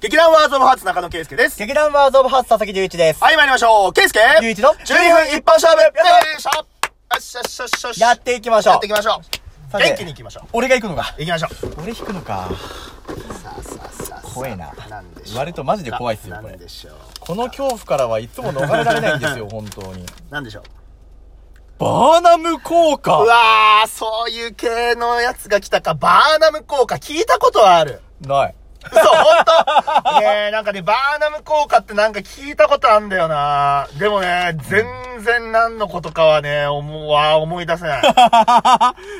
劇団ワーズオブハーツ中野圭介です。劇団ワーズオブハーツ佐々木隆一です。はい、参りましょう。圭介隆一の12分一本勝負やよったいしょよっしゃよっしゃよっしゃよしやっていきましょうやっていきましょう。さて元気にいきましょ俺が行くのか。う。いきましょう。俺引くのか。さあさあさあ。怖えななんでしょう。言われるとマジで怖いっすよこれなんでしょう。この恐怖からはいつも逃れられないん ですよ、本当に。なんでしょう。バーナム効う果わー、そういう系のやつが来たか。バーナム効果聞いたことはある。ない。嘘、ほん とねえ、なんかね、バーナム効果ってなんか聞いたことあんだよなでもね、全然何のことかはね、思う、わー思い出せない。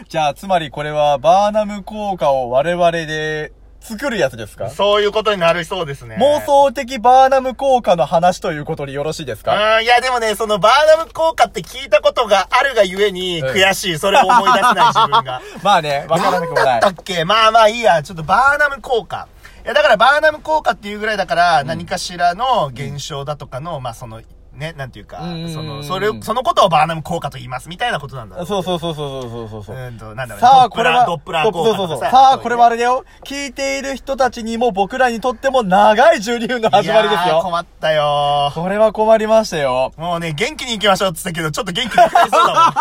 じゃあ、つまりこれはバーナム効果を我々で作るやつですかそういうことになりそうですね。妄想的バーナム効果の話ということによろしいですかうん、いやでもね、そのバーナム効果って聞いたことがあるがゆえに、うん悔しい。それを思い出せない自分が。まあね、わからなくもな ないんだ。ったっけまあまあいいや。ちょっとバーナム効果。いや、だからバーナム効果っていうぐらいだから、何かしらの現象だとかの、まあその、ね、なんていうか、うんその、それを、そのことをバーナム効果と言います、みたいなことなんだろう。そうそうそうそうそうそうそう。うんと、なんだろうねさあ、ドッこプれラは、ードップラー効果そうそうとそう。かさあ、これはあれれだよ。聞いている人たちにも僕らにとっても長い12分の始まりですよ。困ったよ。これは困りましたよ。もうね、元気に行きましょうって言ったけど、ちょっと元気に行きそうだもん。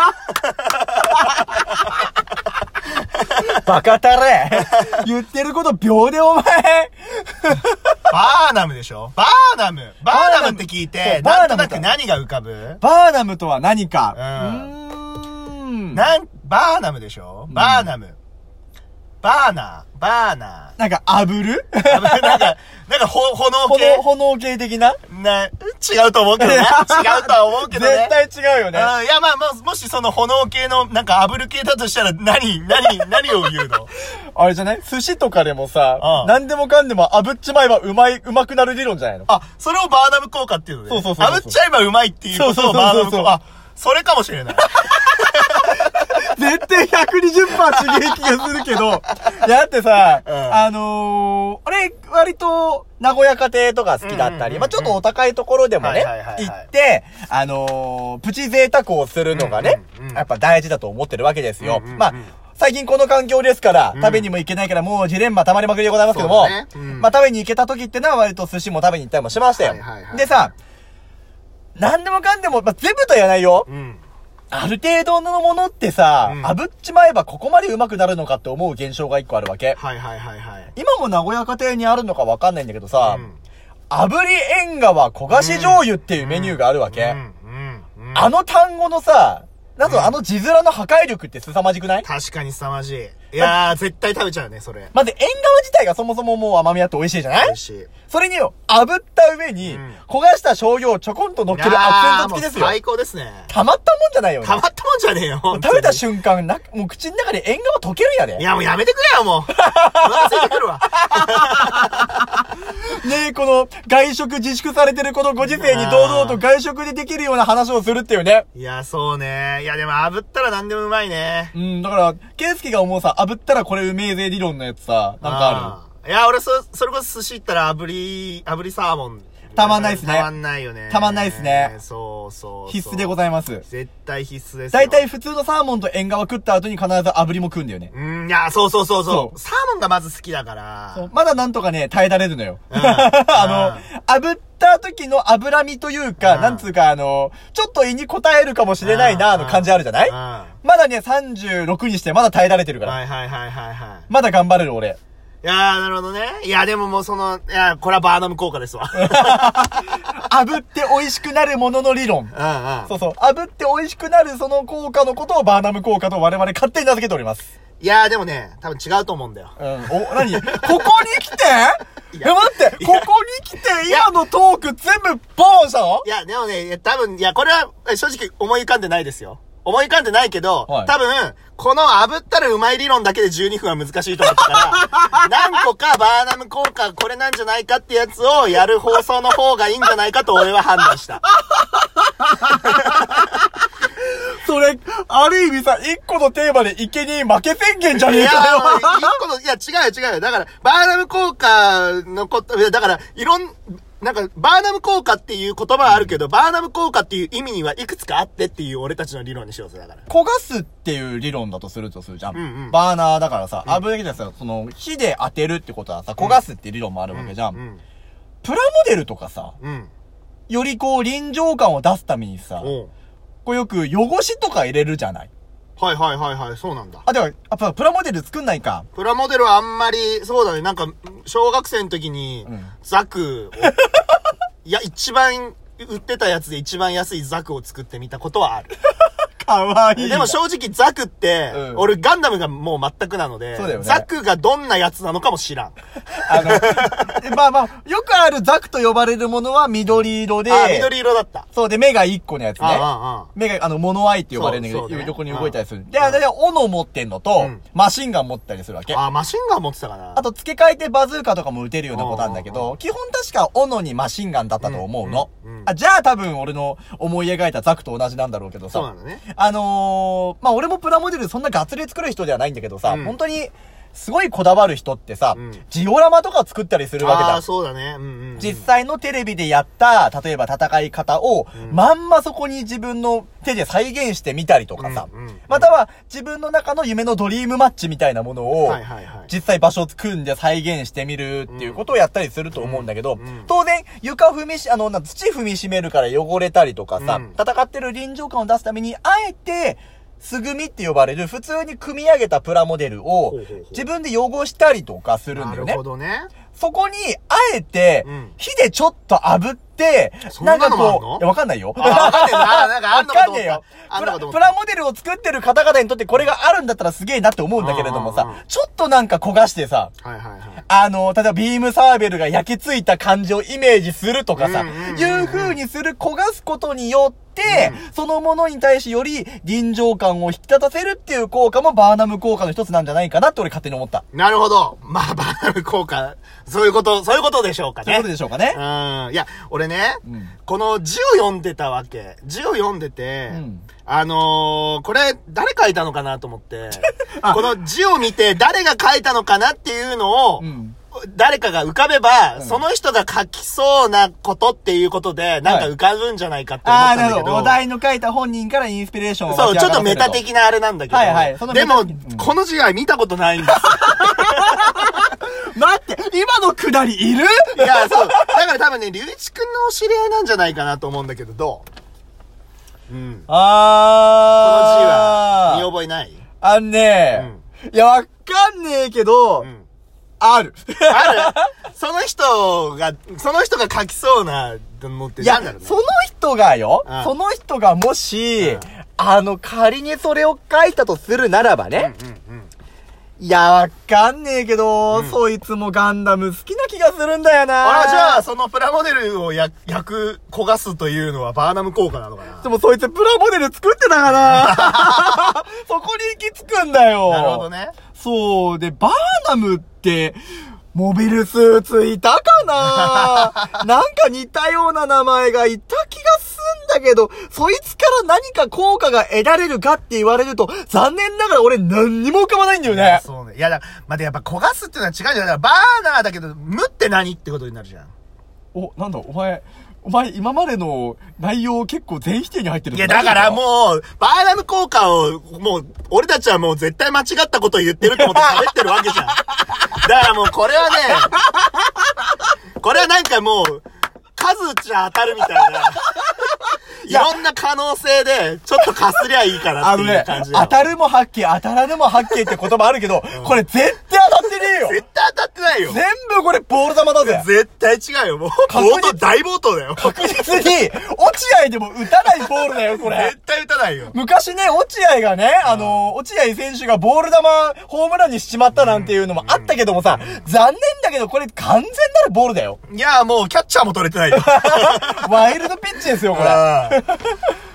バカたれ言ってること秒でお前バーナムでしょバーナムバーナムって聞いて、なんバーとナムなく何が浮かぶバーナムとは何か。うーんななん、バーナムでしょバーナム。バーナー、バーナなんか、炙るー。なんか、なんか、ほ、炎系炎、炎系的なな、違うと思う けどね。違うとは思うけどね。絶対違うよね。うんいや、まあ、まあ、もしその炎系の、なんか炙る系だとしたら、何、 何、何を言うのあれじゃない寿司とかでもさう、ん何でもかんでも炙っちまえばうまい、うまくなる理論じゃないのあ、それをバーナム効果っていうのね。そうそうそうそう炙っちゃえばうまいっていうことをバーナムそうそうそう効そう果。あ、それかもしれない。絶対120%刺激がする けど、いやだってさ、うんあのー、俺、割と、名古屋家庭とか好きだったり、うんうんうんうんまあちょっとお高いところでもね、はいはいはいはい行って、あのー、プチ贅沢をするのがね、うんうんうんやっぱ大事だと思ってるわけですよ。うんうんうんまあ最近この環境ですから、うん食べにも行けないから、もうジレンマ溜まりまくりでございますけども、そうだねうんまあ食べに行けた時ってのは割と寿司も食べに行ったりもしましたよ。はいはいはいでさ、何でもかんでも、まあ全部とは言わないよ。うん。ある程度のものってさ、うん炙っちまえばここまでうまくなるのかって思う現象が一個あるわけ。はいはいはいはい。今も名古屋家庭にあるのかわかんないんだけどさ、うん炙り縁側焦がし醤油っていうメニューがあるわけ。うん、うん、うん。あの単語のさ、なんとあの字面の破壊力って凄まじくない、確かに凄まじい。いやー、絶対食べちゃうね、それ。まず縁側自体がそもそももう甘みあって美味しいじゃな美い味しい。それによ、炙った上にうん、焦がした醤油をちょこんと乗っけるアクセント付きですいやーもうよ。最高ですね。たまったもんじゃないよね。たまったもんじゃねえよ、本当に食べた瞬間、なもう口の中で縁側溶けるんやで。いや、もうやめてくれよ、もう。お腹空いてくるわ。ねえ、この、外食自粛されてるこのご時世に堂々と外食でできるような話をするっていうね。いや、そうね。いや、でも炙ったら何でもうまいね。うん、だから、ケンスケが思うさ、炙ったらこれうめえぜ理論のやつさ、なんかああるいや、俺、そ、それこそ寿司行ったら炙り、炙りサーモン。たまんないっすねたまんないよね。たまんないっすねそうそうそるう。必須でごいざいますま。絶対必須ですよ。大体普通のサーモンと縁側食った後に必ず炙りも食うんだよね。うん、いや、そうそうそうそう。そうサーモンがまず好きだから。そうまだなんとかね、耐えられるのよ。うん あの、炙った時の脂身といううか、んなんつうかあの、ちょっと胃に応えるかもしれないな、の感じあるじゃないうんはまだね、36にしてまだ耐えられてるいから。はいはいはいはい。まだ頑張れる俺。いやー、なるほどね。いや、でももうその、いや、これはバーナム効果ですわ。 うんうん。 炙って美味しくなるものの理論。そうそう。炙って美味しくなるその効果のことをバーナム効果と我々勝手に名付けております。いやー、でもね、多分違うと思うんだよ。うん。お、なに ここに来てえ、待ってここに来て今のトーク全部ボーンしたのいや、でもね、いや多分、いや、これはえ正直思い浮かんでないですよ。思い浮かんでないけど、はい多分、この炙ったらうまい理論だけで12分は難しいと思った から、何個かバーナム効果、これなんじゃないかってやつをやる放送の方がいいんじゃないかと俺は判断した。それ、ある意味さ、一個のテーマでいけにえ負け宣言 じゃいねえや、かよ。一個の、いや、違うよ違うよ。だから、バーナム効果のこと、いやだから、いろん、なんか、バーナム効果っていう言葉はあるけど、バーナム効果っていう意味にはいくつかあってっていう俺たちの理論にしようぜ、だから。焦がすっていう理論だとするとするじゃん。うんうんバーナーだからさ、炙るだけじゃなくてさ、その、火で当てるってことはさ、焦がすっていう理論もあるわけじゃん。うんプラモデルとかさ、うん。よりこう臨場感を出すためにさ、おうこうよく汚しとか入れるじゃない。はいはいはいはい、そうなんだ。あ、では、やっぱプラモデル作んないか。プラモデルはあんまり、そうだね、なんか、小学生の時にうん、ザクを、 いや、一番、売ってたやつで一番安いザクを作ってみたことはある。かわいい。でも正直ザクって、うん俺ガンダムがもう全くなので、そうだよねザクがどんなやつなのかも知らん。あの、 まあまあ、よくあるザクと呼ばれるものは緑色で、あ、緑色だった。そうで、目が1個のやつね。ああ、あ目が、あの、モノアイって呼ばれるんだけそど、うそうね横に動いたりする。で、うんあれで、斧持ってんのと、うんマシンガン持ったりするわけ。あ。ああマシンガン持ってたかな。と、付け替えてバズーカとかも撃てるような子なんだけうんうんど、基本確か斧にマシンガンだったと思うの。うんうんうんあじゃあ多分俺の思い描いたザクと同じなんだろうけどそうなさ。のね。あのー、まあ、俺もプラモデルそんなガツリ作る人ではないんだけどさ、うん本当に、すごいこだわる人ってさ、うんジオラマとか作ったりするわけあだあ、。そうだね。うんうんうん。実際のテレビでやった、例えば戦い方を、うんまんまそこに自分の手で再現してみたりとかさ、うんうんまたは自分の中の夢のドリームマッチみたいなものを、はいはいはい。実際場所を組んで再現してみるっていうことをやったりすると思うんだけうど、んうん当然床踏みし、あの、な土踏みしめるから汚れたりとかさ、うん戦ってる臨場感を出すために、あえて、素組みって呼ばれる普通に組み上げたプラモデルほをうほうほう自分で汚したりとかするなんだよるねほ。どね。そこに、あえてうん、火でちょっと炙って、そんなのもあんのいや わかんないよ。あわかんねえな。なんかあわんのかかと思んねっえよた。あんプのラかと思プっラた。モデルを作ってる方々にとってこれがあるんだったらすげえなって思うんだけれどもうんうんうさん、ちょっとなんか焦がしてさ、はいはいはい。あの、例えばビームサーベルが焼き付いた感じをイメージするとかさ、うんうんうんうんいう風にする焦がすことによって、そのものに対しより臨場感を引き立たせるっていう効果もバーナム効果の一つなんじゃないかなって俺勝手に思った。なるほど。まあ、バーナム効果、そういうこと、そういうことでしょうかというね。ことでしょうかね。うん。いや、俺ね、うんこの字を読んでたわけ。字を読んでて、うんあのーこれ、誰書いたのかなと思って、 あこの字を見て誰が書いたのかなっていうのを、うん誰かが浮かべば、うんその人が書きそうなことっていうことで、なんか浮かぶんじゃないかって思っあたあ、んだなけるど。ほど。お題の書いた本人からインスピレーションをそう、ちょっとメタな。的なあれなんだけど。はいはいそのメでタも、うんこの字は見たことないんです 待って、今のくだりいるよ。いや、そう。だから多分ね、隆一くんのお知り合いなんじゃないかなと思うんだけど、どううん。この字あは、ー。見覚えないあんねいや、わかんねえけど、うん。ある。あるその人が、その人が書きそうなのっていなやんだろ、うねその人がようん、その人がもしうん、あの、仮にそれを書いたとするならばね、うんうん。いや、わかんねえけどう、んそいつもガンダム好きな気がするんだよなあら、じゃあ、そのプラモデルをや焼く、焦がすというのはバーナム効果なのかなでもそいつプラモデル作ってたか なそこに行き着くんだよ。なるほど。ね。そう。で、バーナムって、モビルスーツいたか ななんか似たような名前がいた気がすんだけど、そいつから何か効果が得られるかって言われると、残念ながら俺何にも浮かばないんだよね。そうね。いやだ、まあ、でやっぱ焦がすっていうのは違うんじゃないだからバーナーだけど、無って何ってことになるじゃん。お、なんだ、お前、お前今までの内容結構全否定に入ってるいや、だからう。もう、バーナム効果を、もう、俺たちはもう絶対間違ったことを言ってると思って喋ってるわけ じゃん。だからもうこれはね、これはなんかもう、数じゃ当たるみたいな。いろんな可能性で、ちょっとかすりゃいいかなあってのいうね、感じだよ当たるも発見、当たらぬも発見って言葉あるけど、これ絶対当たってねえよ絶対当たってないよ。全部これボール玉だぜ絶対違うよ。もう、確実冒頭、大冒頭だよ。確実に、落合でも打たないボールだよ、これ絶。対打たないよ。昔ね、落合がね、あの、落合選手がボール球、ホームランにしちまったなんていうのもあったけどもさ、残念だけど、これ完全なるボール だよ。いや、もう、キャッチャーも取れてないよ。ワイルドピッチですよ、これ。え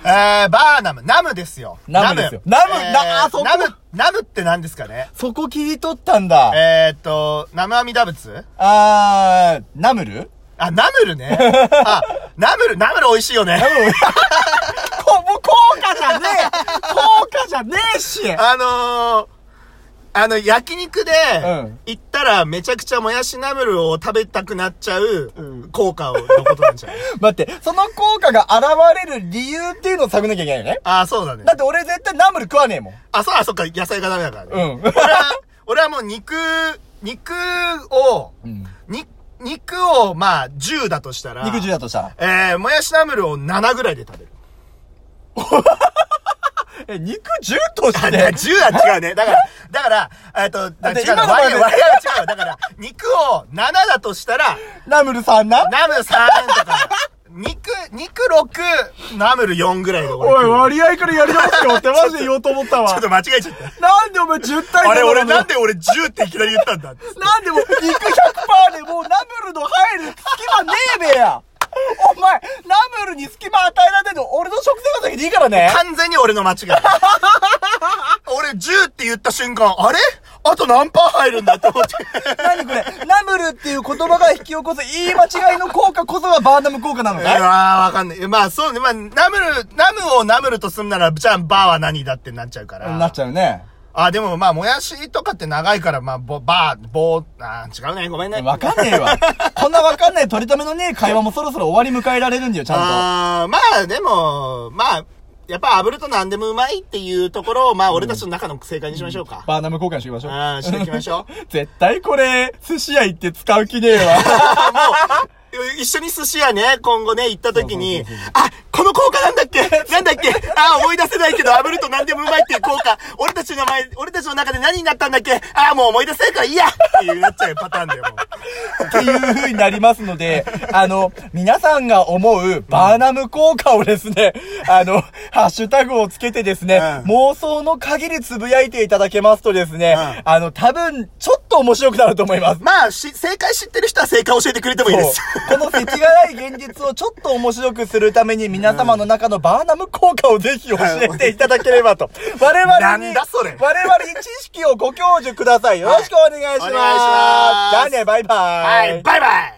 ー、バーナム、ナムですよ。ナムですよナムえーなあそこナム、ナムって何ですかねそこ切り取ったんだ。えーっと、ナムアミダ仏あー、ナムルあ、ナムルね。あ、ナムル、ナムル美味しいよね。 こ、もう効果じゃねえ効果じゃねえしあのー、あの、焼肉でうん、行ったらめちゃくちゃもやしナムルを食べたくなっちゃううん効果をのことなんじゃない待って、その効果が現れる理由っていうのを探んなきゃいけないよね。あー、そうだねだ。って俺絶対ナムル食わねえもん。あ、そう、あ、そっか、野菜がダメだからね。うん俺は、俺はもう肉、肉を、うんに、肉を、まあ、10だとしたら、肉汁だとしたら。えー、もやしナムルを7ぐらいで食べる。え、肉汁としあ、てだ10は違うね。だから、だから、えっと、だだって違う今の、の割合前の割合は違う。だから、肉を7だとしたら、ナムルさんなナムル3とか、肉、肉6、ナムル4ぐらいで俺おい、食う割合からやり直す よってマジで言おうと思ったちょわっ。と間違えちゃった。なんでお前10対7あれ、俺なのなんで俺10っていきなり言ったんだなんでもう肉100%でもうナムルの入る隙間ねえべやお前、ナムルに隙間与えられてんの俺の食生活だけでいいからね完全に俺の間違い。 俺10って言った瞬間、あれあと何パー入るんだって思って。何これナムルっていう言葉が引き起こす言い間違いの効果こそがバーナム効果な のうねわー、わかんない。まあそうね。まあ、ナムル、ナムをナムルとすんなら、じゃあバーは何だってなっちゃうから。なっちゃうね。あ、でもまあ、もやしとかって長いから、まあ、ぼ、ば、ぼ、あー、違うね。ごめんね。わかんねえわ。こんなわかんない取り留めのねえ会話もそろそろ終わり迎えられるんだよ、ちゃんあーまあ、でも、まあ、やっぱ炙ると何でもうまいっていうところを、まあ、俺たちの中の正解にしましょうかと。。バーナム交換していきましょう。あーしていきましょう。 絶対これ、寿司屋行って使う気ねえ わ。一緒に寿司屋ね、今後ね、行った時にそうそう、あ、この効果なんだっけなんだっけあ、思い出せないけど、炙ると何でもうまいっていう効果。俺たちの名前、俺たちの中で何になったんだっけあ、もう思い出せないからいいやっていうなっちゃうパターンだよ、もう。っていう風になりますので、あの、皆さんが思うバーナム効果をですね、あの、ハッシュタグをつけてですね、うん妄想の限りつぶやいていただけますとですね、うんあの、多分、ちょっと面白くなると思います。まあ、し、正解知ってる人は正解教えてくれてもいいそうです。このせちがない現実をちょっと面白くするために皆様の中のバーナム効果をぜひ教えていただければ と。我々に、なんだそれ我々に知識をご教授ください。よろしくお願いします。お願いしますじゃあね、バイバイ。はい、バイバイ